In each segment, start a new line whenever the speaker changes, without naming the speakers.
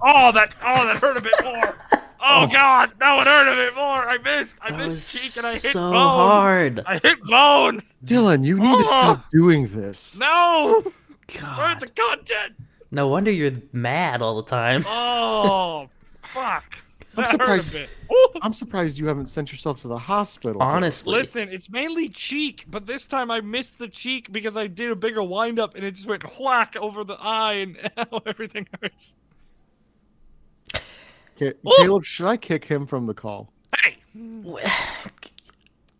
Oh, that oh that hurt a bit more. Oh, God, that one hurt a bit more. I missed. I
That was
missed cheek and I hit
so
bone.
hard.
I hit bone.
Dylan, you need to stop doing this.
No, where's
God.
the content?
No wonder you're mad all the time.
Oh, fuck.
I'm
That hurt a
surprised-
bit. Ooh.
I'm surprised you haven't sent yourself to the hospital. Dylan.
Honestly,
Listen, it's mainly cheek, but this time I missed the cheek because I did a bigger wind up and it just went whack over the eye and now everything hurts.
Ca-
Ooh.
Caleb, should I kick him from the call?
Hey,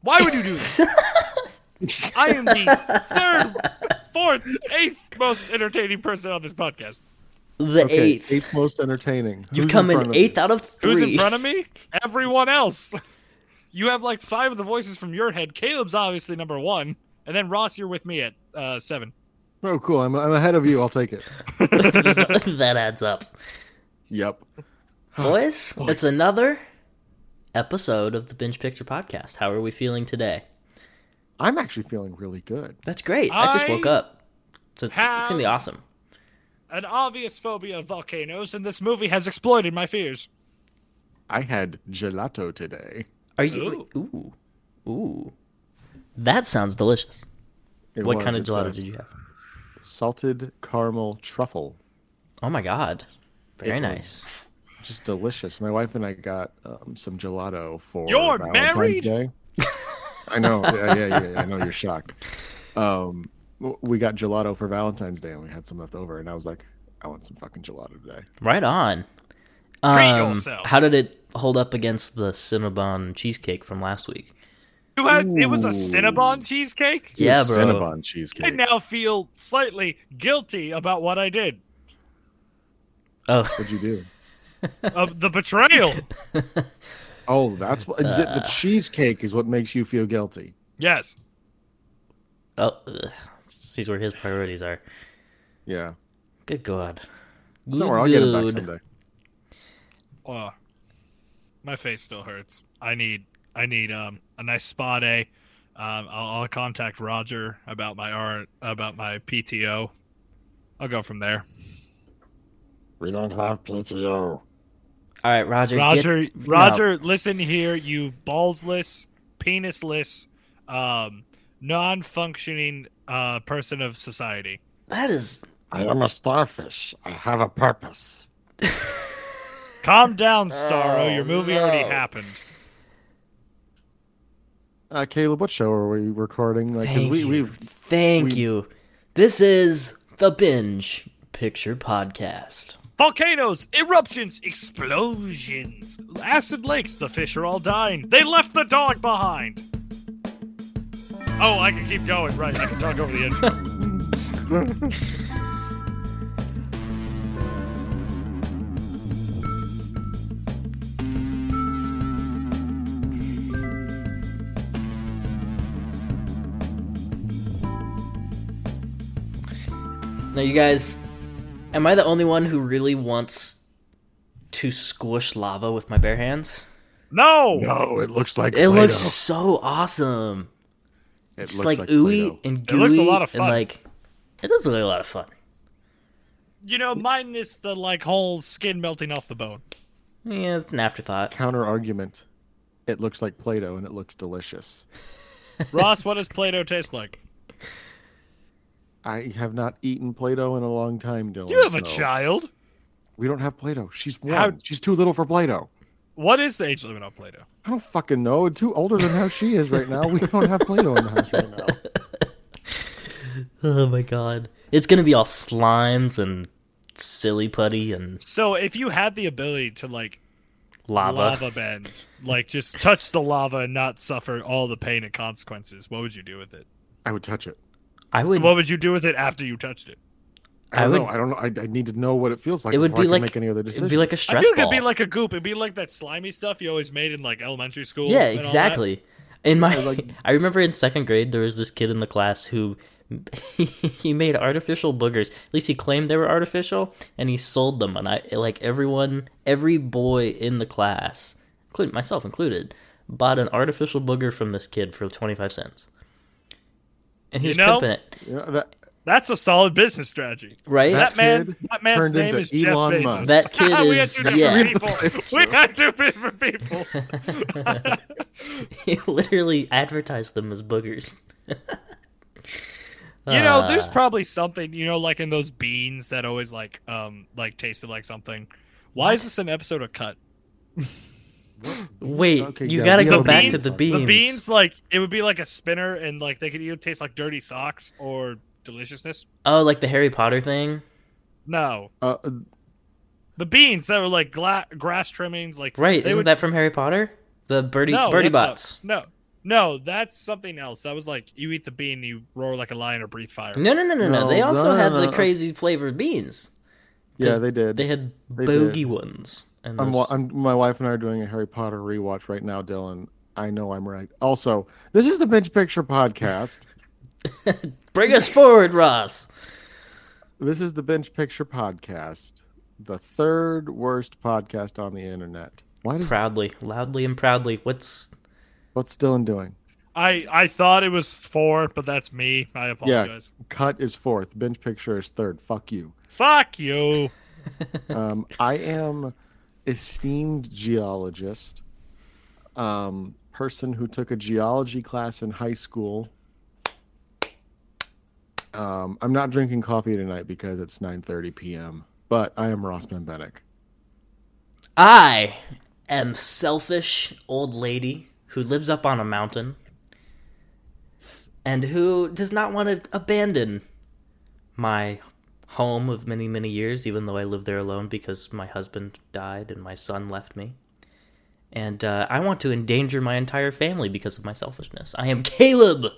why would you do this? I am the third, fourth, eighth most entertaining person on this podcast.
the
Okay,
eighth.
eighth most entertaining.
You've
Who's
come
front
in
of you?
eighth out of three.
Who's in front of me? Everyone else. You have like five of the voices from your head. Caleb's obviously number one, and then Ross, you're with me at uh, seven.
Oh, cool. I'm, I'm ahead of you. I'll take it.
that adds up.
Yep.
Boys, it's another episode of the Binge Picture Podcast. How are we feeling today?
I'm actually feeling really good.
That's great. I, just woke
I
up. So it's, it's going to be
have-
awesome.
An obvious phobia of volcanoes, and this movie has exploited my fears.
I had gelato today.
Are you? Ooh. Ooh. That sounds delicious.
It
what
was,
kind of
it
gelato
says,
did you have?
Salted caramel truffle.
Oh my god. Very
was-
nice.
Just delicious. My wife and I got um, some gelato for
You're
Valentine's
married?
Day. I know. Yeah, yeah, yeah. I know you're shocked. Um, w- we got gelato for Valentine's Day, and we had some left over. And I was like, I want some fucking gelato today.
Right on. Um,
yourself.
how did it hold up against the Cinnabon cheesecake from last week?
You had it was a
Ooh.
Cinnabon cheesecake.
Yeah, bro.
Cinnabon
I
cheesecake.
now feel slightly guilty about what I did.
Oh,
What'd you do?
Of the betrayal.
Oh, that's what the, the
Uh.
cheesecake is. What makes you feel guilty?
Yes.
oh. ugh. Sees where his priorities are.
Yeah.
Good god.
Don't worry, I'll get it back
Good god.
someday.
Oh, my face still hurts. I need I need um a nice spa day. Um, I'll, I'll contact Roger about my R about my PTO. I'll go from there.
We don't have PTO.
All right, Roger. get-
Roger,
no.
Roger, listen here, you ballsless, penisless, um, non-functioning uh, person of society.
That is
I am a starfish. I have a purpose.
Calm down, Starro.
Oh,
Your movie already
no.
happened.
Uh, Caleb, what show are we recording? Like, 'cause
Thank
we,
you.
we've
Thank
we-
you. This is the Binge Picture Podcast.
Volcanoes, eruptions, explosions, acid lakes. The fish are all dying. They left the dog behind. Oh, I can keep going. Right, I can talk over the intro.
Now, you guys, am I the only one who really wants to squish lava with my bare hands?
No,
No, it looks like
It
Play-Doh.
looks so awesome.
It
It's
looks
like, ooey
Play-Doh.
and
It
gooey.
looks a lot of fun.
And like, it does look a lot of fun.
you know, minus the like whole skin melting off the bone.
Yeah, it's an afterthought.
Counter argument. It looks like Play-Doh, and it looks delicious.
Ross, what does Play-Doh taste like?
I have not eaten Play-Doh in a long time, Dylan.
You have a
so-
child.
We don't have Play-Doh. She's one.
How-
She's too little for Play-Doh.
What is the age limit on Play-Doh?
I don't fucking know. Too older than how she is right now. We don't have Play-Doh in the house right now.
Oh my god. It's gonna be all slimes and silly putty and
So if you had the ability to like
lava.
lava bend, like just touch the lava and not suffer all the pain and consequences, what would you do with it?
I would touch it.
I would.
What would you do with it after you touched it?
I
I don't
would-
know. I don't know. I, I need to know what it feels like.
it would
before I
be
can
like
make any other
it'd
decision.
be like a
I
stress
feel like
ball.
it'd be like a goop. It'd be like that slimy stuff you always made in like elementary school.
Yeah,
and all that.
exactly. In my,
like-
I remember in second grade there was this kid in the class who he made artificial boogers. At least he claimed they were artificial, and he sold them. And I like everyone, every boy in the class, including myself included, bought an artificial booger from this kid for twenty five cents. And he
You
was
know,
pimping it.
You know, that,
That's a solid business strategy.
right?
That,
That
man,
kid
that man's
turned
name
into
is
Elon
Jeff Bezos.
Musk.
That kid
we had
is-
two different
yeah.
people. we had two different people.
he literally advertised them as boogers.
You know, there's
Uh,
probably something, you know, like in those beans that always like um like tasted like something. Why is this an episode of Cut?
wait.
Okay,
you
yeah,
gotta
we
go
have
back
beans.
to the
The
beans.
The beans like it would be like a spinner and like they could either taste like dirty socks or deliciousness.
Oh, like the Harry Potter thing,
No.
Uh,
The beans that were like gla- grass trimmings like
right?
they
Isn't
would-
that from Harry Potter? The birdie
no,
birdie
that's not-
bots.
no. No, that's something else. That was like you eat the bean, you roar like a lion or breathe fire.
No, no, no, no, no.
No,
They
no,
also
no,
had
no,
the
no.
crazy flavored beans.
yeah,
'Cause
they did.
They had
They
bogey ones. And
I'm, wa-
those-
I'm, my wife and I are doing a Harry Potter rewatch right now, Dylan. I know I'm right. Also, this is the Bench Picture podcast.
Bring us forward, Ross.
this is the Bench Picture podcast, the third worst podcast on the internet. Why does
Proudly, loudly, and proudly. What's
what's Dylan doing?
I I thought it was four, but that's me. I apologize.
Cut is fourth. Bench Picture is third. Fuck you.
Fuck you.
um, I am esteemed geologist, um, person who took a geology class in high school. Um, I'm not drinking coffee tonight because it's 9:30 p.m. But I am Ross Benbenek.
I am selfish old lady who lives up on a mountain and who does not want to abandon my home of many many years even though I live there alone because my husband died and my son left me. And uh, I want to endanger my entire family because of my selfishness. I am Caleb,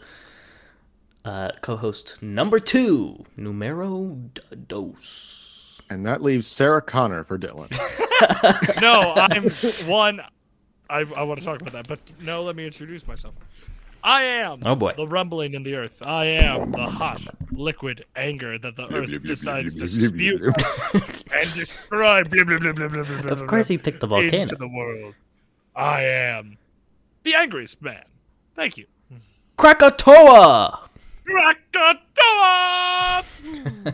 uh, co-host number two, numero d- dos.
And that leaves Sarah Connor for Dylan.
no, I'm one. I, I want to talk about that, but no, let me introduce myself. I am
Oh, boy.
the rumbling in the earth. I am the hot, liquid anger that the earth decides to spew and destroy. Blah, blah, blah, blah, blah, blah, blah,
Of course, he
blah,
picked the
into
volcano.
the world. I am the angriest man. Thank you.
Krakatoa.
Krakatoa!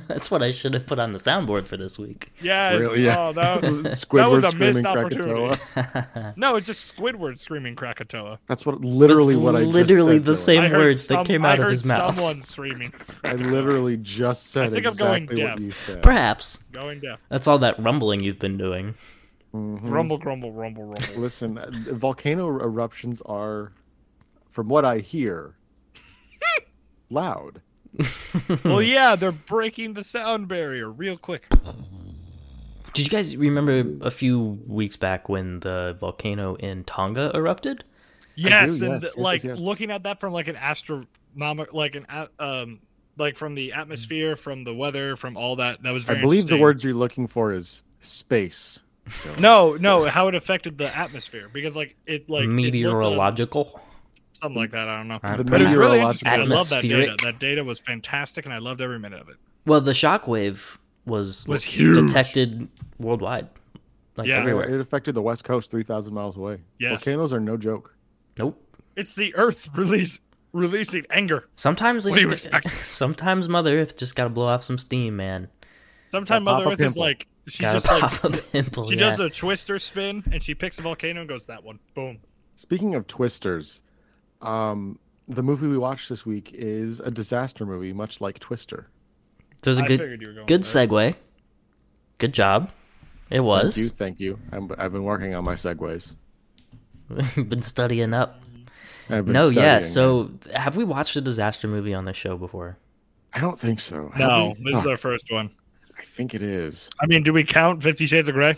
That's what I should have put on the soundboard for this week.
Yes.
Really? Yeah.
Oh, that,
Squidward
that was a
screaming
missed opportunity.
Krakatoa.
No, it's just Squidward screaming Krakatoa.
That's what literally
That's
what I just
literally
said,
the
Dylan.
same-
I heard
words that
some-
came
I
out of
heard
his mouth.
Someone screaming.
I literally just said
I think I'm going
exactly what
deaf.
you said.
Perhaps
Going deaf.
that's all that rumbling you've been doing.
Mhm.
Grumble, grumble, rumble, rumble.
Listen, uh, volcano eruptions are, from what I hear, loud.
well, yeah, they're breaking the sound barrier real quick.
Did you guys remember a few weeks back when the volcano in Tonga erupted?
Yes,
do,
and
yes, yes,
like
yes, yes.
looking at that from like an astronomical, like an a- um, like from the atmosphere, from the weather, from all that. That was very.
I believe the
interesting.
words you're looking for is space.
No, no, how it affected the atmosphere because like it like it looked at-
Meteorological.
something like that. I don't know.
Uh,
The
But it's really interesting.
meteorological-
I love that data.
Atmospheric.
That data was fantastic, and I loved every minute of it.
Well, the shockwave was
Was huge.
detected worldwide, like
Yeah.
everywhere.
It affected the West Coast 3,000 miles away.
Yes.
Volcanoes are no joke.
Nope.
It's the Earth release releasing anger.
Sometimes they
What do you
just
expect?
sometimes Mother Earth just gotta blow off some steam, man.
Sometimes
Gotta pop
Mother
a
Earth is
pimple.
like she
gotta
just like
pop a pimple.
she
yeah.
does a twister spin and she picks a volcano and goes that one. Boom.
Speaking of twisters, um, the movie we watched this week is a disaster movie, much like Twister.
There's a
I
good
figured you were going
Good
there.
segue. Good job. It
Thank you.
was.
Thank you. I'm, I've been working on my segues.
Been studying up.
I've been
No, yeah.
studying.
So, have we watched a disaster movie on this show before?
I don't think so. I
No,
don't think-
this is
Fuck,
our first one.
I think it is.
I mean, do we count Fifty Shades of Grey?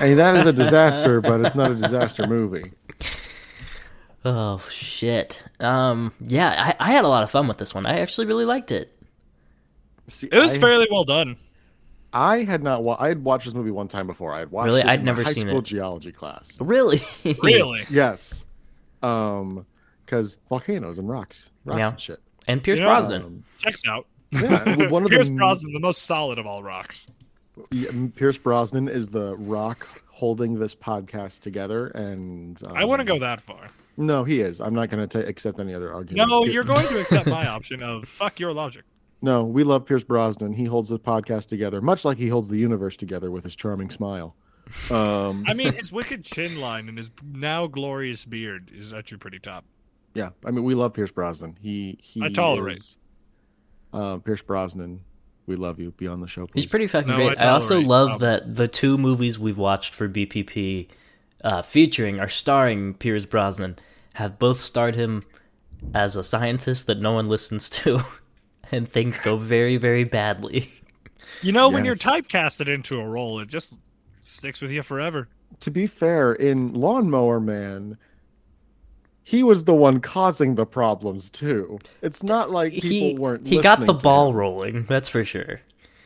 I mean, that is a disaster, but it's not a disaster movie.
Oh shit. Um. Yeah, I, I had a lot of fun with this one. I actually really liked it.
See,
It was
I,
fairly well done.
I had not. Wa- I had watched this movie one time before. I had watched.
Really?
it
I'd
in my
never
high
seen
school
it.
geology class.
Really.
Really.
Yes, um, because volcanoes and rocks, rocks
Yeah.
and shit.
And Pierce
You know,
Brosnan.
Um,
Checks out.
yeah, one of
Pierce
the,
Brosnan, the most solid of all rocks.
yeah, Pierce Brosnan is the rock holding this podcast together, and um,
I wouldn't go that far.
No, he is. I'm not going to accept any other argument.
No,
Pier-
you're going to accept my option of fuck your logic.
No, we love Pierce Brosnan. He holds the podcast together, much like he holds the universe together with his charming smile. Um,
I mean, his wicked chin line and his now glorious beard is actually pretty top.
yeah, I mean, we love Pierce Brosnan. He he.
I tolerate.
is- uh, Pierce Brosnan, we love you. Be on the show, please.
He's pretty fucking
No,
great.
I
I, also
tolerate.
love
Um,
that the two movies we've watched for BPP, uh, featuring or starring Piers Brosnan, have both starred him as a scientist that no one listens to, and things go very, very badly.
You know, when you're
Yes.
typecasted into a role, it just sticks with you forever.
to be fair, in Lawnmower Man, he was the one causing the problems too. It's not like people
he
weren't.
he got the
listening to
ball
him.
rolling. That's for sure.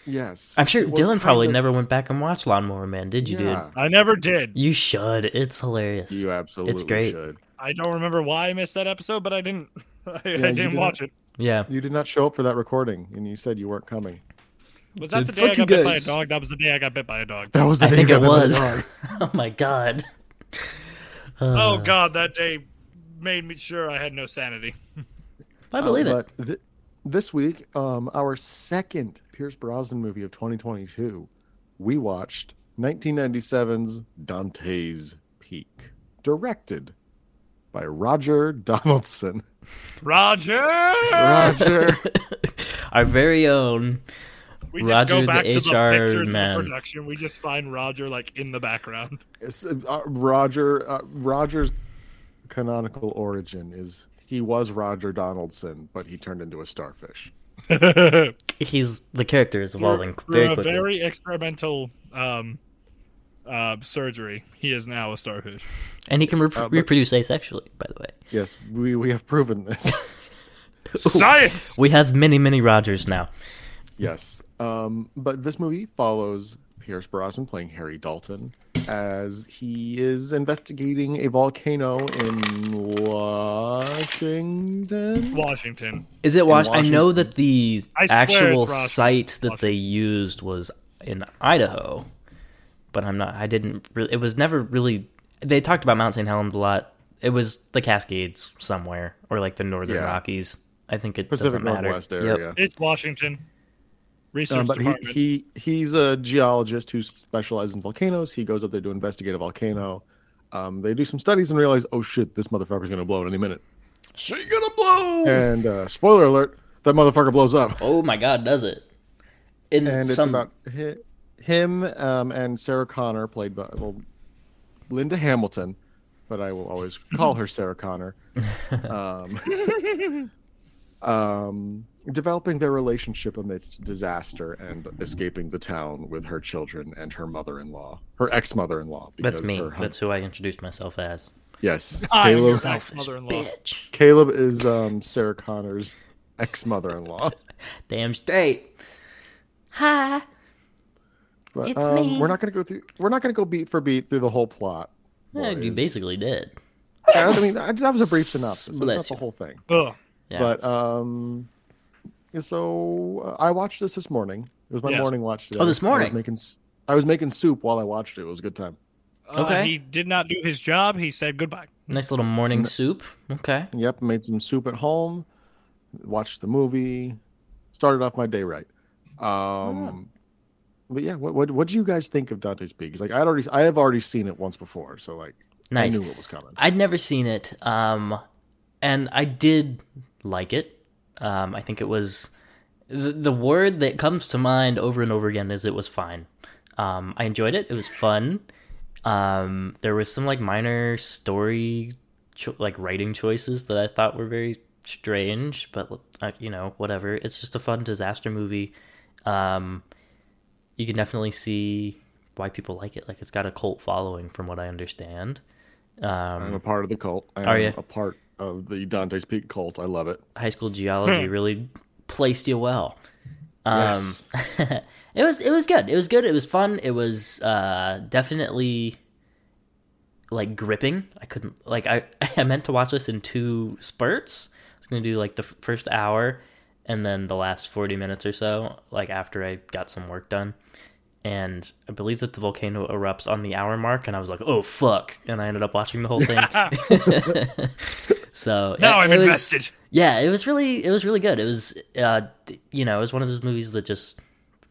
Yes,
I'm sure
It was
Dylan
kind
probably
of-
never went back and watched Lawnmower Man, did you,
yeah,
I never did.
dude? You should. It's hilarious.
You uh, absolutely
great.
should.
I don't remember why I missed that episode, but I didn't. I, I
you
didn't
did
watch it.
yeah.
You did not show up for that recording, and you said you weren't coming.
Was that
Dude,
the day I
fuck you
got bit by a
guys. Uh,
dog? That was the day I got bit by a dog.
That was the
I
day
think
you
it
got bit by the
was.
dog.
oh my god. Uh,
Oh God, that day made me sure I had no sanity.
I
oh,
believe
Uh,
it.
But th- this week, um, our second Pierce Brosnan movie of 2022, we watched 1997's Dante's Peak, directed by Roger Donaldson.
Roger.
Roger.
Our very own
We just
Roger,
go
the
back to
HR
the pictures
man.
of the production. We just find Roger like in the background.
It's, uh, Roger. Uh, Roger's canonical origin is he was Roger Donaldson, but he turned into a starfish.
We're-
he's the character is evolving
Through
uh,
very
a
quickly.
very experimental um, uh, surgery, he is now a starfish.
and he can re-
uh, but-
reproduce asexually, by the way.
Yes, we, we have proven this.
Science.
We have many, many Rogers now.
Yes. Um, but this movie follows Pierce Brosnan playing Harry Dalton as he is investigating a volcano in Washington.
Washington.
Is it Wash? I know
Washington.
that the
I swear
actual
it's Rogers.
site that they used was in Idaho, but I'm not. I didn't. Re- it was never really. They talked about Mount St. Helens a lot. It was the Cascades somewhere, or like the Northern
Yeah.
Rockies. I think it
Pacific
doesn't matter.
Northwest
Yep.
area.
It's Washington. Research
Um, but he,
department.
he he's a geologist who specializes in volcanoes. He goes up there to investigate a volcano. Um, they do some studies and realize, oh shit, this motherfucker's gonna blow in any minute.
She gonna blow.
And uh, spoiler alert, that motherfucker blows up.
Oh my God, does it? In
and it's
some
about hi- him um, and Sarah Connor, played by well, Linda Hamilton, but I will always call her Sarah Connor. Um, um, developing their relationship amidst disaster and escaping the town with her children and her mother-in-law, her ex-mother-in-law.
That's
because
me.
her hus-
That's who I introduced myself as.
yes.
I'm your
Caleb,
ex- mother-in-law.
bitch.
Caleb is um, Sarah Connor's ex-mother-in-law.
Damn straight. Hi.
But,
It's
um,
me.
We're not going to go through. We're not going to go beat for beat through the whole plot.
Yeah, you
boys.
basically did.
Yeah, I mean, I- that was a brief synopsis. That's
Bless
not the
you.
whole thing.
Ugh.
Yeah.
But um, yeah, so uh, I watched this this morning. It was my
Yes.
morning watch today.
Oh, this
I was
morning.
making s- I was making soup while I watched it. It was a good time.
Uh,
Okay.
He did not do his job. He said goodbye.
nice little morning soup. Okay.
Yep, made some soup at home. Watched the movie. Started off my day right.
Ah.
Um, but yeah, what what what do you guys think of Dante's Peak? 'Cause, Like I would already I have already seen it once before, so like
Nice.
I knew what was coming.
I'd never seen it. Um, and I did like it. Um, I think it was the, the word that comes to mind over and over again is it was fine. Um, I enjoyed it. It was fun. Um, there was some like minor story, cho- like writing choices that I thought were very strange, but uh, you know, whatever. It's just a fun disaster movie. Um, you can definitely see why people like it. Like it's got a cult following, from what I understand. Um,
I'm a part of the cult. I'm
Are ya?
a part of the Dante's Peak cult. I love it.
high school geology
Hmm.
really placed you well. Um, it was it was good. It was good. It was fun. It was uh, definitely like gripping. I couldn't like I I meant to watch this in two spurts. I was gonna do like the f- first hour and then the last forty minutes or so, like after I got some work done. And I believe that the volcano erupts on the hour mark, and I was like, "Oh fuck!" And I ended up watching the whole thing. so
Now
it-
I'm
it was-
invested.
Yeah, it was really it was really good. It was uh d- you know, it was one of those movies that just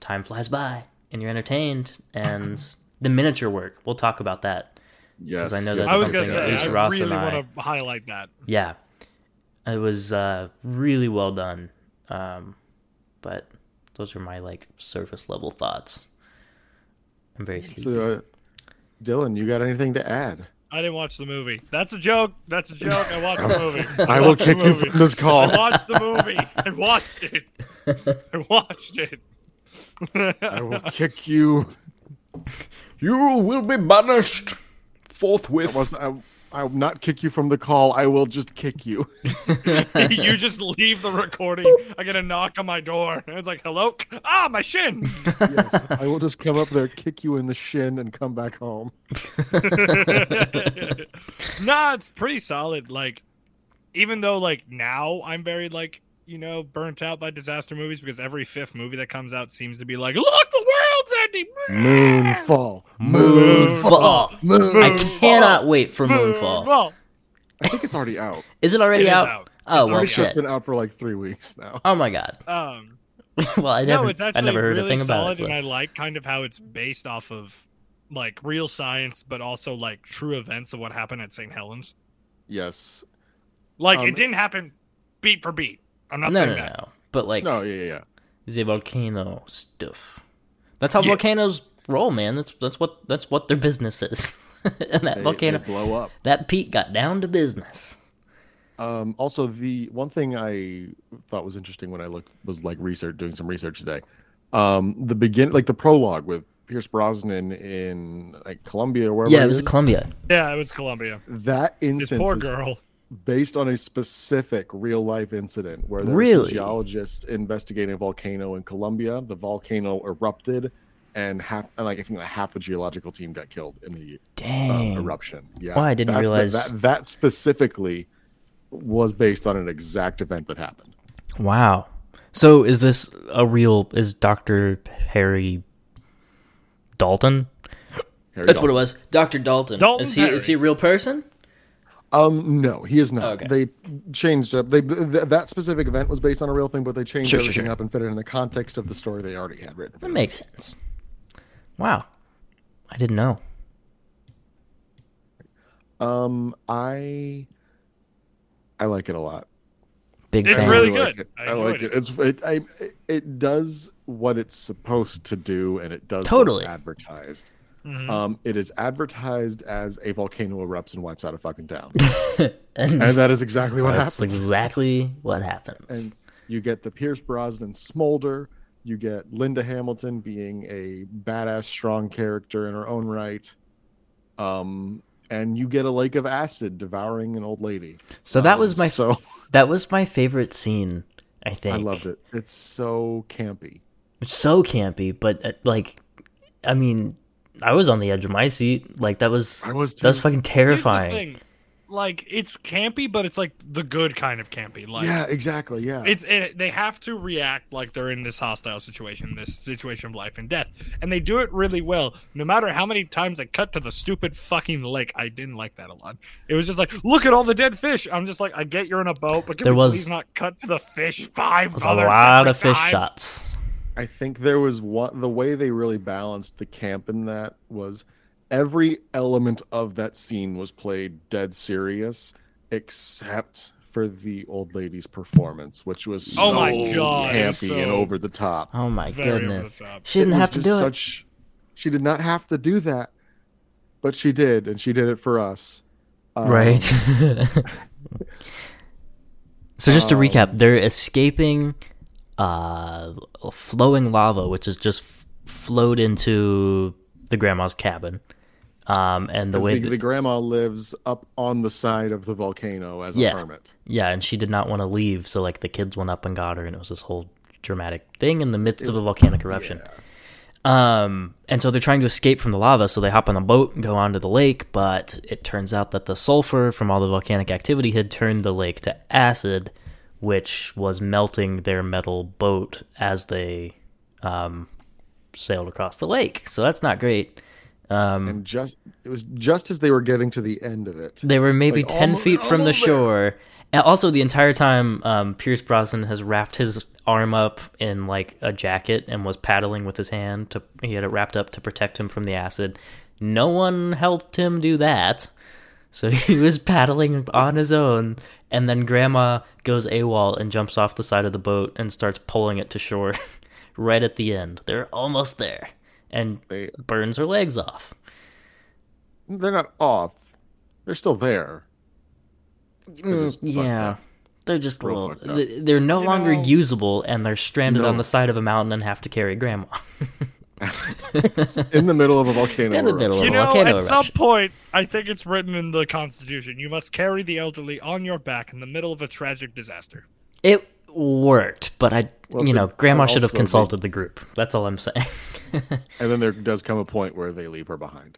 time flies by and you're entertained and the miniature work. We'll talk about that.
Yes,
'Cause I know
yes,
that's
I was gonna
yes,
something
say,
yes.
least
I
Ross
really
and I-
want to highlight that.
Yeah. It was uh really well done. Um but those are my like surface level thoughts. I'm very sleepy.
So, uh, Dylan, you got anything to add?
I didn't watch the movie. That's a joke. That's a joke. I watched the movie.
I will
watched the
kick you
movie.
from this
I
call.
watched the movie. I watched it. I watched it.
I will kick you.
You will be banished forthwith.
I was- I, I will not kick you from the call. I will just kick you.
you just leave the recording. I get a knock on my door. It's like, hello? Ah, my shin.
Yes, I will just come up there, kick you in the shin, and come back home.
nah, it's pretty solid. Like, even though like now I'm very like you know burnt out by disaster movies because every fifth movie that comes out seems to be like, look, the world's ending.
Moonfall.
Moonfall.
Moon.
I
I,
cannot wait for Moonfall.
Well,
think it's already out.
Is it already
It is
out?
out.
Oh
It's
well,
already
Pretty sure
shit.
it's been out for like three weeks now.
Oh my god.
um,
well, I never,
no, it's
I
actually
never heard
really
a thing
solid,
about it. so-
and I like kind of how it's based off of like real science, but also like true events of what happened at St. Helens.
Yes.
Like,
Um,
it didn't happen beat for beat. I'm not
no,
saying
no,
that.
no. But like
No. Yeah. Yeah. yeah.
the volcano stuff. That's how
Yeah.
volcanoes roll, man. That's that's what that's what their business is. and that
They-
volcano,
they blow up.
that peak got down to business.
Um, also, the one thing I thought was interesting when I looked was like research, doing some research today. Um, the begin, like the prologue with Pierce Brosnan in like Colombia, or wherever
yeah,
it
it was
is,
Columbia.
Yeah, it was Columbia.
that
This
instance
poor
is
girl.
based on a specific real life incident where there was
Really?
a geologist investigating a volcano in Colombia. The volcano erupted, and half, and like I think like half the geological team got killed in the
Dang.
uh, eruption. Yeah,
Well, I didn't
That's-
realize-
that that specifically was based on an exact event that happened.
Wow. So is this a real? Is Doctor Harry Dalton?
Harry
That's
Dalton.
what it was. Doctor Dalton.
Dalton
is he is he
Perry.
a real person?
Um, no, he is not.
Okay.
They changed up. They th- that specific event was based on a real thing, but they changed
Sure, sure,
everything
sure.
up and fit it in the context of the story they already had written.
That makes sense. Wow. I didn't know.
Um, I I like it a lot.
Big
It's
fan.
really
I like
good.
it.
I
I, like
enjoyed
it. It's it, I, it does what it's supposed to do, and it does what's
Totally.
advertised.
Mhm.
Um, it is advertised as a volcano erupts and wipes out a fucking town,
and
and that is exactly what
that's
happens.
exactly what happens.
and you get the Pierce Brosnan smolder. You get Linda Hamilton being a badass, strong character in her own right. Um, and you get a lake of acid devouring an old lady.
so that
Um,
was my
so
that was my favorite scene. I think
I loved it. It's so campy.
So campy, but uh, like, I mean, I was on the edge of my seat. Like that was
I was
that was
too.
fucking
Here's the
terrifying.
thing, Like, it's campy, but it's like the good kind of campy. Like,
yeah, exactly. Yeah,
it's it, they have to react like they're in this hostile situation, this situation of life and death, and they do it really well. No matter how many times I cut to the stupid fucking lake, I didn't like that a lot. It was just like, look at all the dead fish. I'm just like, I get you're in a boat, but can
There
we
was-
please not cut to the fish five
There's a
other
lot of
separate
fish
times?
shots.
I think there was one. The way they really balanced the camp in that was every element of that scene was played dead serious, except for the old lady's performance, which was
Oh
so
my God,
campy
so-
and over the top.
Oh my
Very over the
goodness!
top.
She didn't
was
have to
just
do it.
such, She did not have to do that, but she did, and she did it for us. Um,
Right. so just to
Um,
recap, they're escaping uh flowing lava, which is just f- flowed into the grandma's cabin. Um and the
'cause
way
the,
that-
the grandma lives up on the side of the volcano as a
Yeah.
hermit.
yeah, and she did not want to leave, so like the kids went up and got her and it was this whole dramatic thing in the midst of a volcanic eruption. Um and so they're trying to escape from the lava, so they hop on a boat and go onto the lake, but it turns out that the sulfur from all the volcanic activity had turned the lake to acid, which was melting their metal boat as they um sailed across the lake. So that's not great. Um,
and just it was just as they were getting to the end of it.
They were maybe
Like,
10
almo-
feet from the
almost there.
shore. And also, the entire time, um, Pierce Brosnan has wrapped his arm up in like a jacket and was paddling with his hand. To, he had it wrapped up to protect him from the acid. No one helped him do that. So he was paddling on his own. And then Grandma goes AWOL and jumps off the side of the boat and starts pulling it to shore right at the end. They're almost there and
They
burns her legs off.
they're not off. They're still there.
Mm,
just fucked
yeah.
up.
They're just a
Real
little.
fucked up.
th- They're no
You
longer
know-
usable, and they're stranded on
No.
the side of a mountain and have to carry grandma.
In the middle of a volcano.
In the
eruption.
middle of-
You
Little
know,
volcano
at some
eruption.
point, I think it's written in the Constitution. You must carry the elderly on your back in the middle of a tragic disaster.
it worked, but I,
Well,
you
it's a-
know, grandma should have
also the-
consulted the group. That's all I'm saying.
And then there does come a point where they leave her behind.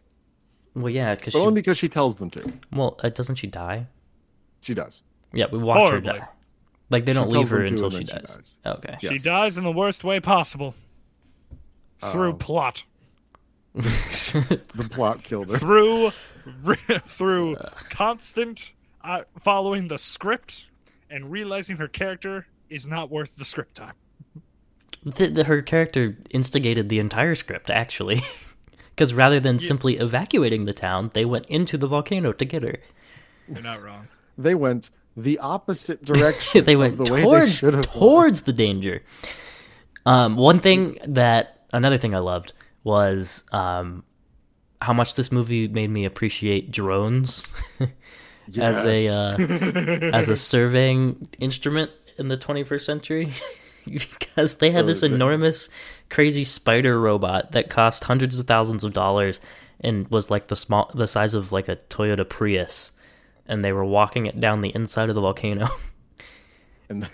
well, yeah, because
But
she.
only because she tells them to.
Well, uh, doesn't she die?
She does.
Yeah, we watch her
Horribly.
die. Like they don't leave
tells
her
them to,
until
and
she
then
dies.
she dies.
Okay.
Yeah.
She
Yes.
dies in the worst way possible. Through
Um,
plot,
The plot killed her.
through through constant uh, following the script and realizing her character is not worth the script time.
Th the, her character instigated the entire script, actually, because rather than simply evacuating the town, they went into the volcano to get her.
You're not wrong.
They went the opposite direction.
they went
of the way
towards
they should have
towards the danger. Um, one thing that another thing I loved was um, how much this movie made me appreciate drones as
Yes.
a uh, as a surveying instrument in the 21st century because they had
So
this
the-
enormous crazy spider robot that cost hundreds of thousands of dollars and was like the small the size of like a Toyota Prius and they were walking it down the inside of the volcano.
and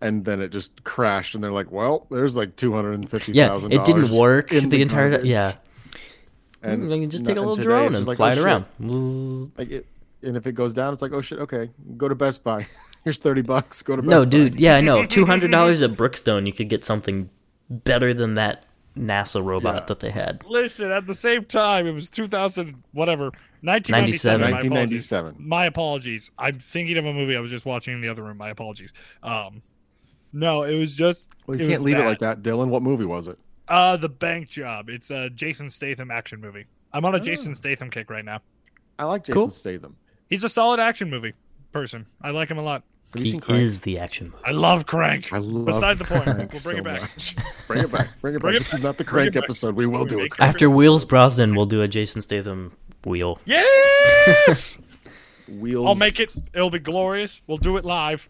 and then it just crashed and they're like well there's like 250000
yeah, it didn't work the,
in the
entire
garbage.
yeah.
and
you can
it's
just
not-
take a little
today it's
drone
just
and
like,
fly
oh,
it
shit.
around. Bzzz.
like it, and if it goes down it's like oh shit okay go to best buy here's 30 bucks go to best
No,
buy.
dude. Yeah, I know. Two hundred dollars at Brookstone, you could get something better than that NASA robot
Yeah.
that they had.
Listen, at the same time, it was 2000, whatever,
97.
1997. My apologies. My apologies.
1997
I'm thinking of a movie I was just watching in the other room. My apologies. Um, no, it was just.
well
it
you
was
can't leave
that.
it like that dylan what movie was it
Uh, The Bank Job. It's a Jason Statham action movie. I'm
Oh.
on a Jason Statham kick right now.
i like jason
Cool.
statham
He's a solid action movie person. I like him a lot.
have you
He
seen Crank?
is the action movie.
I love Crank.
i love
Beside the point.
Crank
We'll bring
so
it back.
much. bring it back bring it
Bring
back
it
this is not the
Bring it
crank
back.
episode we will
We're
do
gonna
it
make
After Wheels Brosnan, we'll do a Jason Statham wheel.
Yes!
wheels
I'll make it. It'll be glorious. We'll do it live.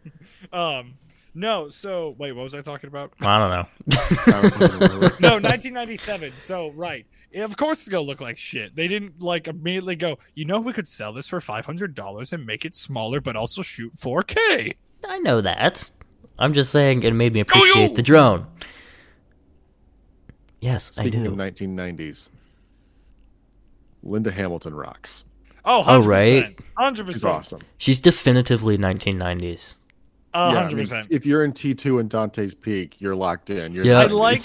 um, no. So wait, what was I talking about?
I don't know.
No, 1997. So right. Yeah, Of course, it's gonna look like shit. They didn't like immediately go. You know, we could sell this for five hundred dollars and make it smaller, but also shoot four K.
I know that. I'm just saying it made me appreciate
yo!
the drone. Yes,
Speaking
I do.
of 1990s, Linda Hamilton rocks.
Oh,
Oh,
100%,
right.
hundred
She's
percent,
awesome.
She's definitively 1990s.
Yeah, I
hundred
mean,
percent.
If you're in T2 and Dante's Peak, you're locked in. You're
Yeah.
I
90s.
like.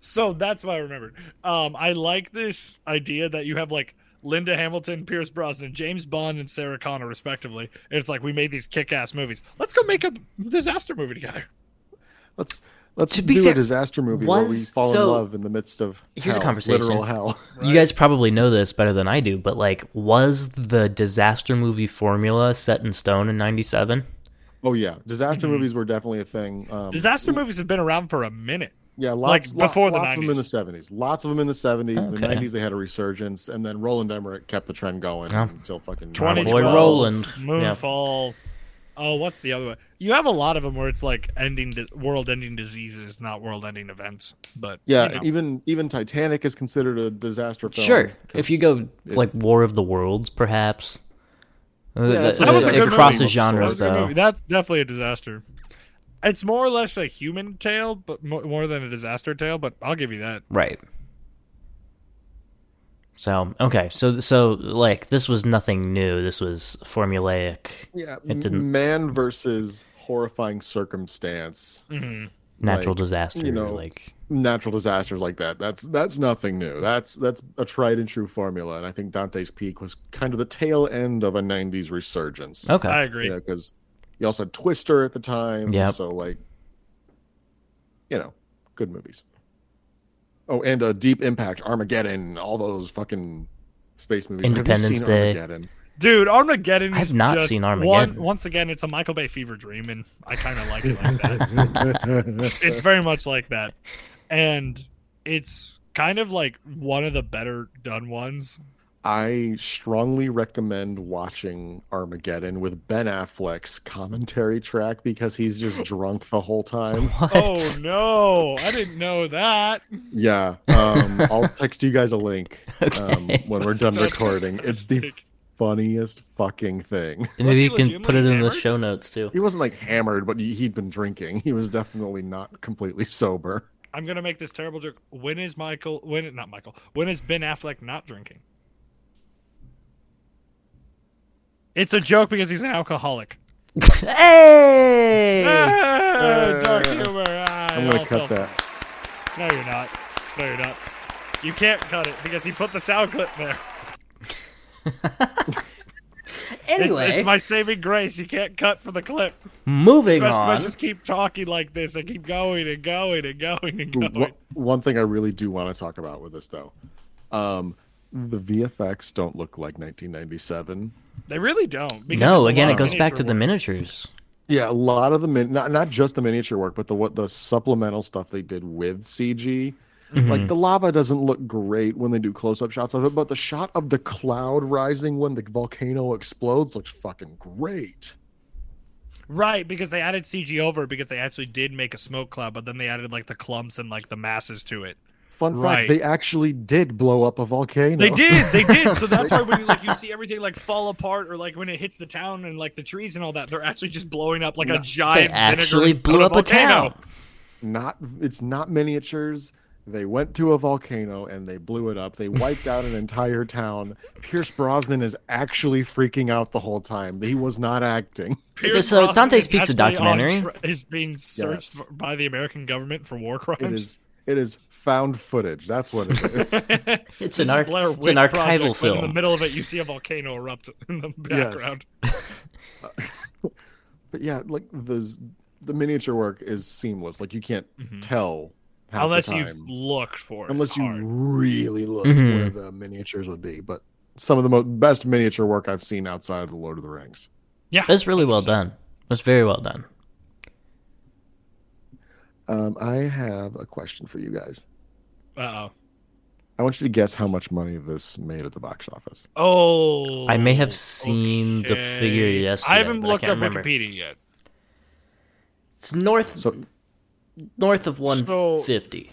So that's what I remembered. Um, I like this idea that you have like Linda Hamilton, Pierce Brosnan, James Bond, and Sarah Connor, respectively. And it's like we made these kick-ass movies. Let's go make a disaster movie together.
Let's let's
To be
do
fair,
a disaster movie where we
was-
fall
so-
in love in the midst of
Here's a
hell,
conversation.
literal hell.
You guys probably know this better than I do, but like, was the disaster movie formula set in stone in '97?
Oh yeah, disaster
Mm-hmm.
movies were definitely a thing. Um,
Disaster movies have been around for a minute.
yeah,
like,
lots, lo-
before the
lots of them in the 70s. Lots of them in the 70s. The
Okay.
90s they had a resurgence, and then Roland Emmerich kept the trend going
Oh.
until fucking
Our
2012,
boy Roland. Yeah.
Moonfall. Oh, what's the other one? You have a lot of them where it's like ending di- world-ending diseases, not world-ending events. But
Yeah,
you know.
even even Titanic is considered a disaster film.
Sure. If you go
it-
like War of the Worlds, perhaps. Uh,
that's
th-
a
That was a
it
good
crosses
movie.
That
genres,
was a good
though.
movie. That's definitely a disaster. It's more or less a human tale, but mo- more than a disaster tale. But I'll give you that.
Right. So okay, so so like this was nothing new. This was formulaic.
Yeah,
It didn't-
Mm-hmm.
man versus horrifying circumstance.
natural
Like,
disaster.
you know,
like
natural disasters like that. That's that's nothing new. That's that's a tried and true formula. And I think Dante's Peak was kind of the tail end of a '90s resurgence.
okay,
I agree.
you know, because you also had Twister at the time.
Yep.
So like, you know, good movies. Oh, and uh, Deep Impact, Armageddon, all those fucking space movies. Have you
Independence
seen
Day.
Armageddon?
Dude, Armageddon. is
I've not
just
seen
one-
Armageddon.
once again, it's a Michael Bay fever dream, and I kind of like it like that. it's very much like that, and it's kind of like one of the better done ones.
I strongly recommend watching Armageddon with Ben Affleck's commentary track because he's just drunk the whole time.
what?
Oh no, I didn't know that.
Yeah, um, I'll text you guys a link um,
Okay.
when we're done
That's
recording. It's the
fantastic.
funniest fucking thing.
Was
Maybe
he
you can
legitimately
put it in the
hammered?
show notes too.
He wasn't like hammered, but he- he'd been drinking. He was definitely not completely sober.
I'm gonna make this terrible joke. When is Michael? When not Michael? When is Ben Affleck not drinking? It's a joke because he's an alcoholic.
hey,
Ah, dark
Uh,
humor. Ah, it
I'm gonna
all
cut
fell-
that.
No, you're not. No, you're not. You can't cut it because he put the sound clip there. It's-
anyway,
it's, my saving grace. You can't cut for the clip.
moving
So I
on.
just keep talking like this. I keep going and going and going and
Ooh,
going.
one- one thing I really do want to talk about with this though, um, the VFX don't look like 1997.
They really don't. Because it's
No,
a
again,
lot
it
of
goes back
miniature
to the
work.
miniatures.
Yeah, a lot of the min- not not just the miniature work, but the what the supplemental stuff they did with CG. Like the lava doesn't look great when they do close up shots of it, but the shot of the cloud rising when the volcano explodes looks fucking great.
Right, because they added CG over it because they actually did make a smoke cloud, but then they added like the clumps and like the masses to it.
Fun
Right.
fact: they actually did blow up a volcano.
They did, they did. So that's why when you like you see everything like fall apart or like when it hits the town and like the trees and all that, they're actually just blowing up like a
They
giant.
actually
vinegar
blew up a town.
Not it's not miniatures. They went to a volcano and they blew it up. They wiped out an entire town. Pierce Brosnan is actually freaking out the whole time. He was not acting.
Pierce
So
Brosnan
Dante's
is
Peak's a
actually on
documentary?
tri- is being searched
Yes.
for- by the American government for war crimes.
It is it is found footage. That's what it is.
It's
This
an
is
arch-
Blair
it's an
Witch
archival
Project, when In the
film.
middle of it, you see a volcano erupt in the background.
but yeah, like the z- the miniature work is seamless. Like you can't tell half
Mm-hmm. Unless
the
you
time,
look for it.
unless you
hard.
really look
Mhm.
where the miniatures would be. But some of the mo- best miniature work I've seen outside of the Lord of the Rings.
Yeah.
That's really well done. That's very well done.
Um, I have a question for you guys.
Uh oh.
I want you to guess how much money this made at the box office.
Oh.
I may have seen the figure
okay.
yesterday,
I haven't
but I
looked
can't
up
remember.
Wikipedia yet.
It's north
So
north of 150.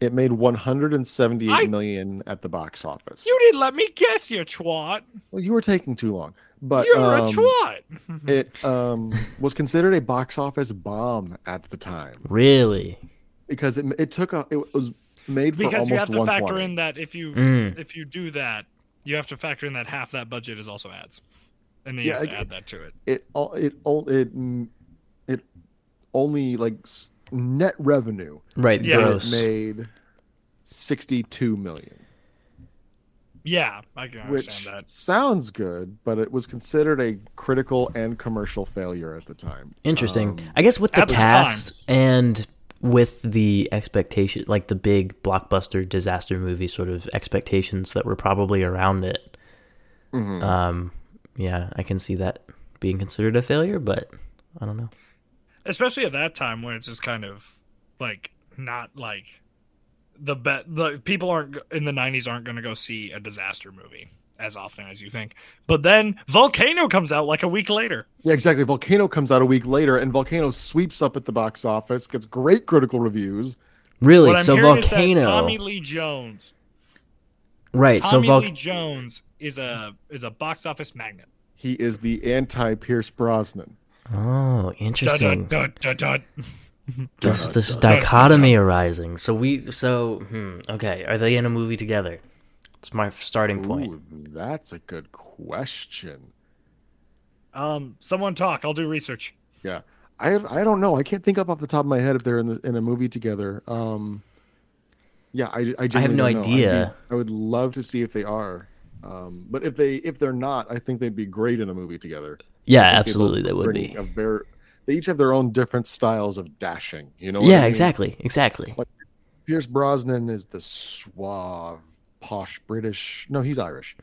it made 178 million
I-
at the box office.
You didn't let me guess, you twat.
well, you were taking too long, but
You're a
um,
twat.
It um, was considered a box office bomb at the time.
really?
because it it took a it was made for
Because
almost
you have to
120.
factor in that if you
Mm.
if you do that, you have to factor in that half that budget is also ads, and then you
Yeah,
have to
I-
add that to it.
it all it all it mm, it only like s- net revenue
Right,
Yeah.
gross.
made 62 million
Yeah, I can
which
understand that.
sounds good but it was considered a critical and commercial failure at the time
Interesting.
Um,
I guess with the
at the
cast and with the expectation, like the big blockbuster disaster movie sort of expectations that were probably around it.
Mm-hmm.
Um, yeah, I can see that being considered a failure, but I don't know.
especially at that time when it's just kind of like not like the bet the people aren't g- in the 90s aren't going to go see a disaster movie as often as you think but then volcano comes out like a week later
yeah exactly volcano comes out a week later and volcano sweeps up at the box office gets great critical reviews
Really?
what i'm
so
hearing is
volcano,
that tommy lee jones
right? so
tommy
vol-
lee jones is a is a box office magnet
he is the anti pierce brosnan
Oh,
Dun,
interesting.
dun, dun, dun, dun.
There's this dichotomy arising. So we, so hmm, okay, are they in a movie together? It's my starting point.
Ooh, that's a good question
um someone talk i'll do research
Yeah. I have, I don't know. I can't think up off the top of my head if they're in the, in a movie together. Um, yeah, I, I, genuinely
I have no
don't know. I'd be-
idea.
I would love to see if they are. Um, but if they if they're not, I think they'd be great in a movie together.
Yeah,
They're
absolutely,
both
they would
bringing
be.
a ver- they each have their own different styles of dashing. You know? what I
Yeah,
mean?
exactly, exactly.
Pierce Brosnan is the suave, posh British. No, he's Irish.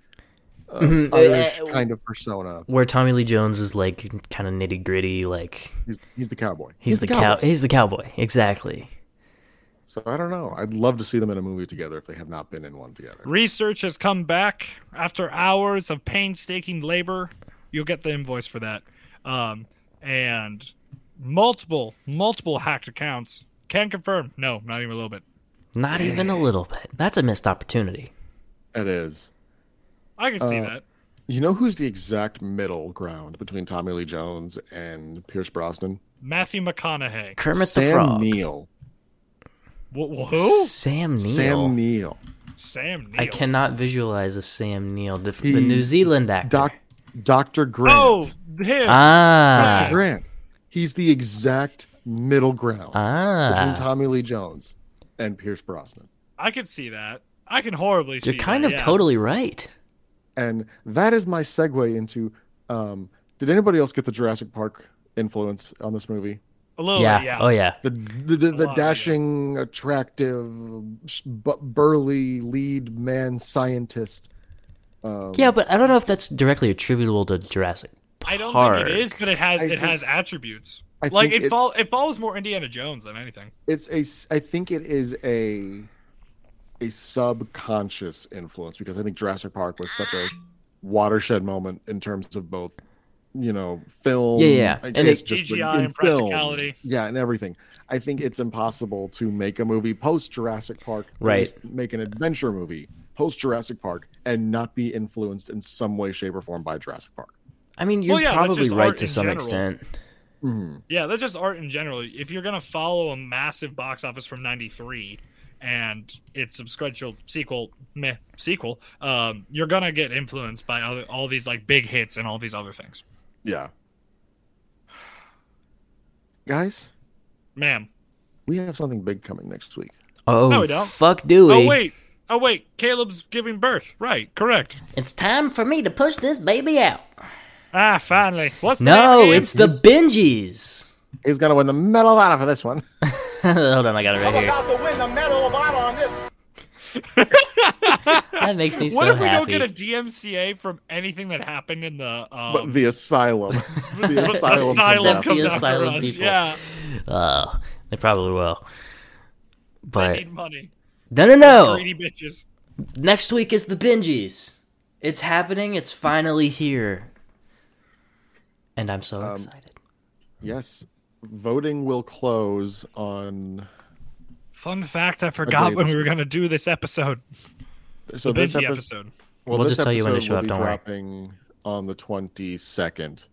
Uh,
Mhm. Uh,
Irish
uh,
kind of persona.
Where Tommy Lee Jones is like kind of nitty gritty, like
He's he's the cowboy.
he's, the, cow.
cowboy.
He's the cowboy, exactly.
So I don't know. I'd love to see them in a movie together if they have not been in one together.
Research has come back after hours of painstaking labor. You'll get the invoice for that. Um, and multiple, multiple hacked accounts can confirm. No, not even a little bit.
Not even a little bit. That's a missed opportunity.
It is.
I can see
Uh,
that.
You know who's the exact middle ground between Tommy Lee Jones and Pierce Brosnan?
Matthew McConaughey.
Kermit
Sam
the Frog.
Neil.
Wh- who?
Sam Neill.
Sam Neill.
Sam Neill.
I cannot visualize a Sam Neill, the, the
He's
New Zealand actor.
Doc Dr. Grant.
Oh, him.
ah,
Dr. Grant. He's the exact middle ground between
ah.
Tommy Lee Jones and Pierce Brosnan.
I can see that. I can horribly see
You're kind
that,
of
yeah.
totally right.
And that is my segue into um, did anybody else get the Jurassic Park influence on this movie?
A little
yeah.
bit, yeah.
Oh yeah.
the the, the, the
lot, yeah.
dashing, attractive, sh- bu- burly lead man scientist. Um,
Yeah, but I don't know if that's directly attributable to Jurassic.
I don't
Park.
think it is, but it has
I
it
think-
has attributes.
I
like
think
it
it's,
fall it follows more Indiana Jones than anything.
it's a s- I think it is a a subconscious influence because I think Jurassic Park was such a watershed moment in terms of both, you know, film.
Yeah, yeah.
I
And
guess
it-
just
CGI
in
and
film,
practicality.
yeah, and everything. I think it's impossible to make a movie post Jurassic Park, and
Right.
just Make an adventure movie post Jurassic Park and not be influenced in some way, shape, or form by Jurassic Park.
I mean, you're
Well, yeah, that's
probably
just
right
art
to
in
some
general.
extent.
Mhm.
Yeah, that's just art in general. If you're gonna follow a massive box office from '93 and its subsequential sequel, meh, sequel, um, you're gonna get influenced by other, all these like big hits and all these other things.
Yeah. Guys,
Ma'am.
we have something big coming next week.
Oh,
No, we don't.
fuck Dewey.
Oh wait, oh wait, Caleb's giving birth. Right, correct.
It's time for me to push this baby out.
Ah, finally. What's the name
No,
again?
it's the Benjis.
He's gonna win the Medal of Honor for this one.
Hold on, I got it right
I'm
here.
about to win the Medal of Honor on this.
That makes me so
What if we
happy.
don't get a DMCA from anything that happened in the um,
But the asylum, the
But
asylum,
asylum
Except
comes out.
comes after
the asylum
us.
people.
Yeah,
Oh, they probably will.
I
But
need money.
no, no, no.
Greedy bitches.
Next week is the Benjis. It's happening. It's finally here, and I'm so excited.
Yes, voting will close on.
Fun fact: I forgot
Agreed.
when we were gonna do this episode.
So
The
this
Benji
episode,
episode.
Well,
We'll
this
just tell you when to
episode
show
will
up,
be
don't worry.
dropping on the twenty second.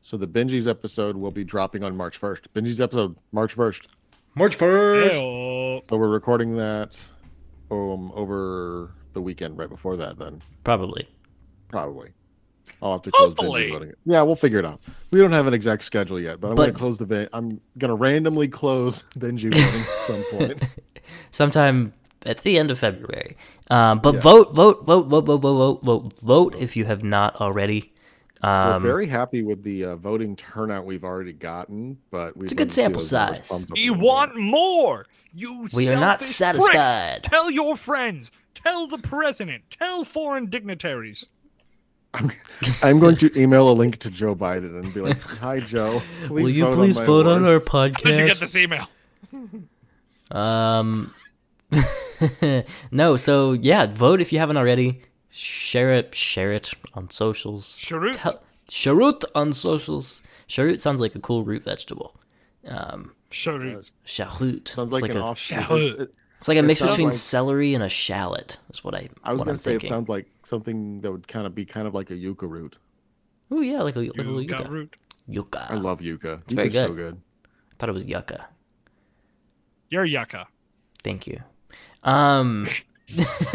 So the Benji's episode will be dropping on March first. Benji's episode March first.
March first.
Ew.
So we're recording that um over the weekend, right before that. Then
Probably.
probably. I'll have to close
Hopefully.
Benji's voting. Yeah, we'll figure it out. We don't have an exact schedule yet, but I'm going
But-
to close the. Ve- I'm going to randomly close Benji voting at some point.
sometime at the end of February. Um, but vote, vote, vote, vote, vote, vote, vote, vote, vote if you have not already. Um,
We're very happy with the uh, voting turnout we've already gotten, but we
a good sample size.
You want more? You
We are not
selfish pricks.
satisfied.
Tell your friends. Tell the president. Tell foreign dignitaries.
I'm, I'm going to email a link to Joe Biden and be like, "Hi, Joe. Please
will you
vote
please
on my
vote on our
award."
How did you get
podcast?
this email?
Um, no, so yeah, vote if you haven't already. Share it, share it on socials.
Sharut.
Tell- Sharut on socials. Sharut sounds like a cool root vegetable.
Sharut.
Sharut.
Sounds
It's
like, an
a,
offshoot.
Shallot.
It's- it-
It's like a
it
mix
sounds
between
like-
celery and a shallot. Is what I.
I was
what
going
I'm
to say it
thinking.
sounds like something that would kind of be kind of like a yucca root.
Oh yeah, like a little
You
yucca.
got root.
Yucca.
I love yucca. It's
Oh. very
so
good.
good.
thought it was yucca.
You're yucca.
Thank you. Um.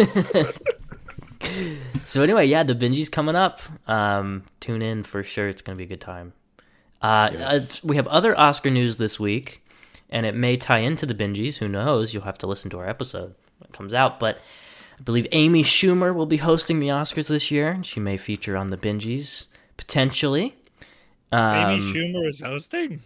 so anyway, yeah, the Benji's coming up. Um, tune in for sure. It's gonna be a good time. Uh,
Yes.
uh, we have other Oscar news this week, and it may tie into the Bingies. Who knows? You'll have to listen to our episode when it comes out. But I believe Amy Schumer will be hosting the Oscars this year. She may feature on the Bingies potentially.
Amy
Um,
Schumer is hosting.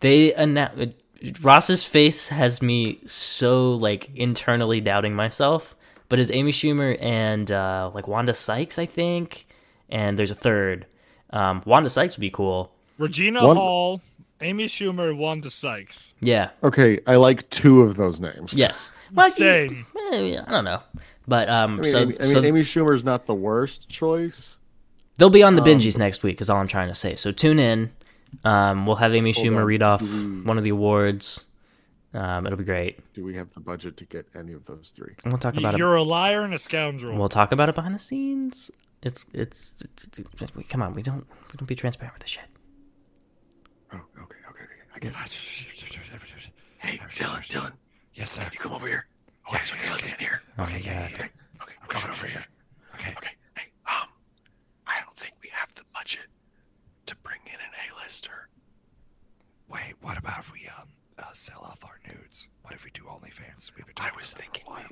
they announced Ross's face has me so like internally doubting myself. But it's Amy Schumer and uh, like Wanda Sykes, I think, and there's a third. Um, Wanda Sykes would be cool.
Regina
One-
Hall, Amy Schumer, Wanda Sykes.
Yeah,
Okay, I like two of those names.
Yes. Well, you-
Same.
eh, I don't know. But um,
I mean,
so,
Amy, I mean,
so
Amy Schumer's not the worst choice.
they'll be
um,
on the binges next week. Is all I'm trying to say. So tune in. Um, we'll have Amy Schumer
on. Mm-hmm.
read off
Do we-
one of the awards. Um, it'll be great.
Do we have the budget to get any of those three?
And we'll talk about it.
You're a liar and a scoundrel.
We'll talk about it behind the scenes. It's it's, it's, it's, it's we- come on. We don't we don't be transparent with this shit.
Oh, okay, okay, okay. I get it. Hey, Dylan, Dylan,
Yes, sir.
you come over here. Oh, that's what you're looking at here.
Oh my god.
Okay, okay,
I'm coming over here. Okay.
Okay, hey, um, I don't think we have the budget to bring in an A-lister.
Wait, what about if we um uh, sell off our nudes? What if we do OnlyFans? We've been
I
talking
was
about that for a
thinking
while.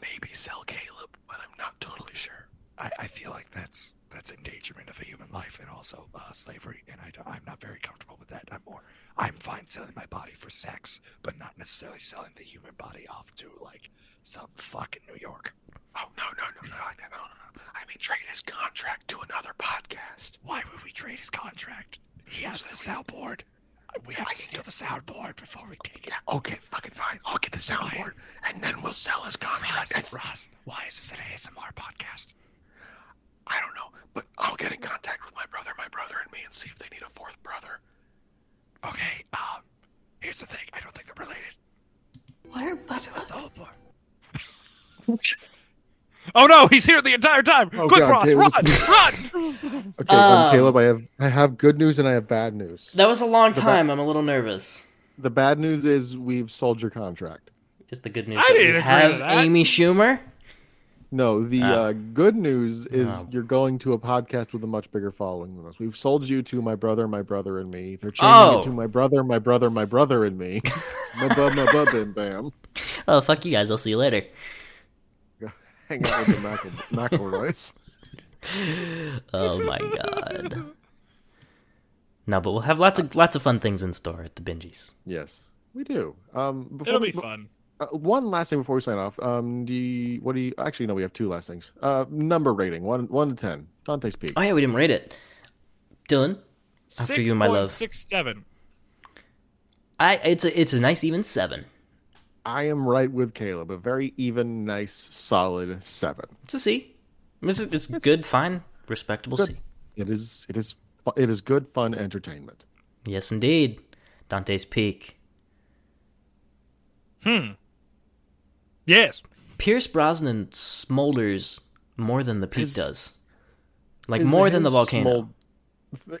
Maybe sell Caleb, but I'm not totally sure.
I, I feel like that's that's endangerment of a human life and also uh, slavery, and I don't, I'm not very comfortable with that. I'm more I'm fine selling my body for sex, but not necessarily selling the human body off to like some fucking New York.
Oh, no, no, no, no, like that. no, no, no. I mean, trade his contract to another podcast.
Why would we trade his contract? He has the soundboard. We have to steal the soundboard before we take it.
Okay, fucking fine. I'll get the soundboard, and then we'll sell his contract.
Ross, Ross, why is this an ASMR podcast?
I don't know, but I'll get in contact with my brother, my brother, and me, and see if they need a fourth brother.
Okay, um, here's the thing. I don't think they're related.
What are butt
Not the whole
plugs?
part. Oh no, he's here the entire time.
Oh,
Quick,
God,
Ross,
Taylor's-
run, run!
Okay, um, Caleb, I have I have good news and I have bad news.
That was a long
The ba-
time. I'm a little nervous.
The bad news is we've sold your contract.
Is the good news?
I
that we
didn't agree
have
with that.
Amy Schumer.
No, the
Ah.
uh, good news is
Oh.
you're going to a podcast with a much bigger following than us. We've sold you to my brother, my brother, and me. They're changing
Oh.
it to my brother, my brother, my brother, and me. my bub, my bub, bam, bam.
Oh fuck you guys. I'll see you later.
Hang out with the McEl- McElroys.
Oh my god. No, but we'll have lots of lots of fun things in store at the Bingies.
Yes, we do. Um, before
It'll
we-
be fun.
Uh, one last thing before we sign off. Um, do you, what do you actually? No, we have two last things. Uh, number rating one one to ten. Dante's Peak.
Oh yeah, we didn't rate it. Dylan, After you, my love.
Six seven.
I it's a it's a nice even seven.
I am right with Caleb. A very even, nice, solid seven.
It's a C. It's it's good, fine, respectable C.
It is. It is. fu- It is good, fun entertainment.
Yes, indeed. Dante's Peak.
Yes.
Pierce Brosnan smolders more than the peak
His-
does. Like
Is
more than the
his
volcano.
smol-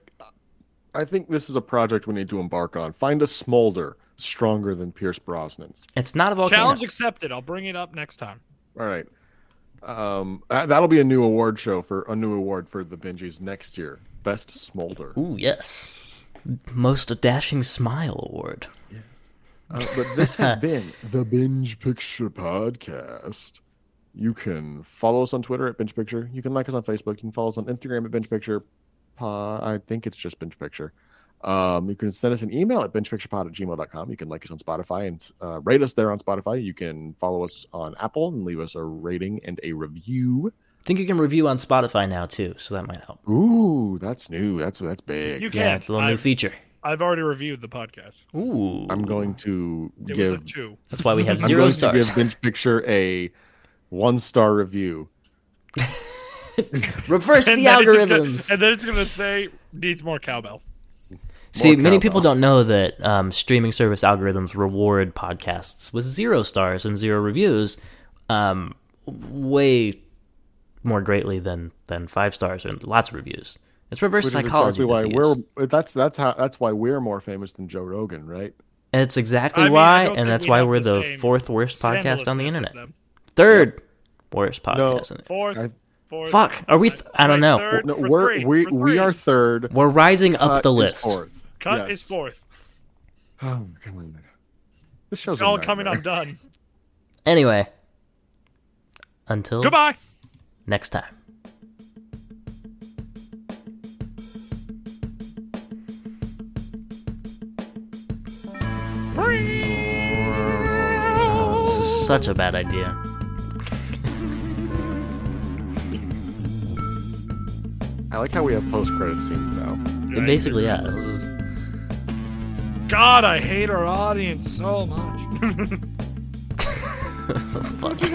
I think this is a project we need to embark on. Find a smolder stronger than Pierce Brosnan's.
It's not a volcano.
Challenge accepted. I'll bring it up next time.
All right. Um, uh, that'll be a new award show for a new award for the Benjis next year. Best smolder.
Ooh yes. Most dashing smile award.
Uh, but this has been the Binge Picture Podcast. You can follow us on Twitter at Binge Picture. You can like us on Facebook. You can follow us on Instagram at Binge Picture. Pod, I think it's just Binge Picture. Um, you can send us an email at bingepicturepod at gmail.com. You can like us on Spotify and uh, rate us there on Spotify. You can follow us on Apple and leave us a rating and a review.
I think you can review on Spotify now too, so that might help.
Ooh, that's new. That's that's big.
You
Yeah,
can.
it's a little new
I've,
feature.
I've already reviewed the podcast.
Ooh.
I'm going to
It was a
give
two.
That's why we have
I'm
zero
going to
stars.
give Binge Picture a one star review.
Reverse the
then it's just gonna-
algorithms.
and then it's gonna say needs more cowbell.
See,
More
many
cowbell.
people don't know that um, streaming service algorithms reward podcasts with zero stars and zero reviews, um, way more greatly than than five stars and lots of reviews. It's reverse
Which is
psychology.
exactly why
that they
we're
use.
that's that's how that's why we're more famous than Joe Rogan, right?
And it's exactly
I mean, I
why,
don't
and
think
that's
we
why
have
we're
the
the
same
fourth worst podcast on the
Scandalousness is
internet,
them.
third worst podcast. on the-
Fourth.
I
fourth.
Fuck. Are we? Th- I
Like
don't know.
third.
No,
We're
we're,
three,
we
we're
we
three.
are third.
We're rising up
Cut
the
is
list.
Uh, Fourth.
Cut
Yes.
is fourth.
Oh, come on. This show's
It's
a
all coming
nightmare.
undone.
Anyway, until
Goodbye.
next time. This is such a bad idea.
I like how we have post credit scenes now.
Right.
Basically, yeah. This is,
God, I hate our audience so much.
fuck.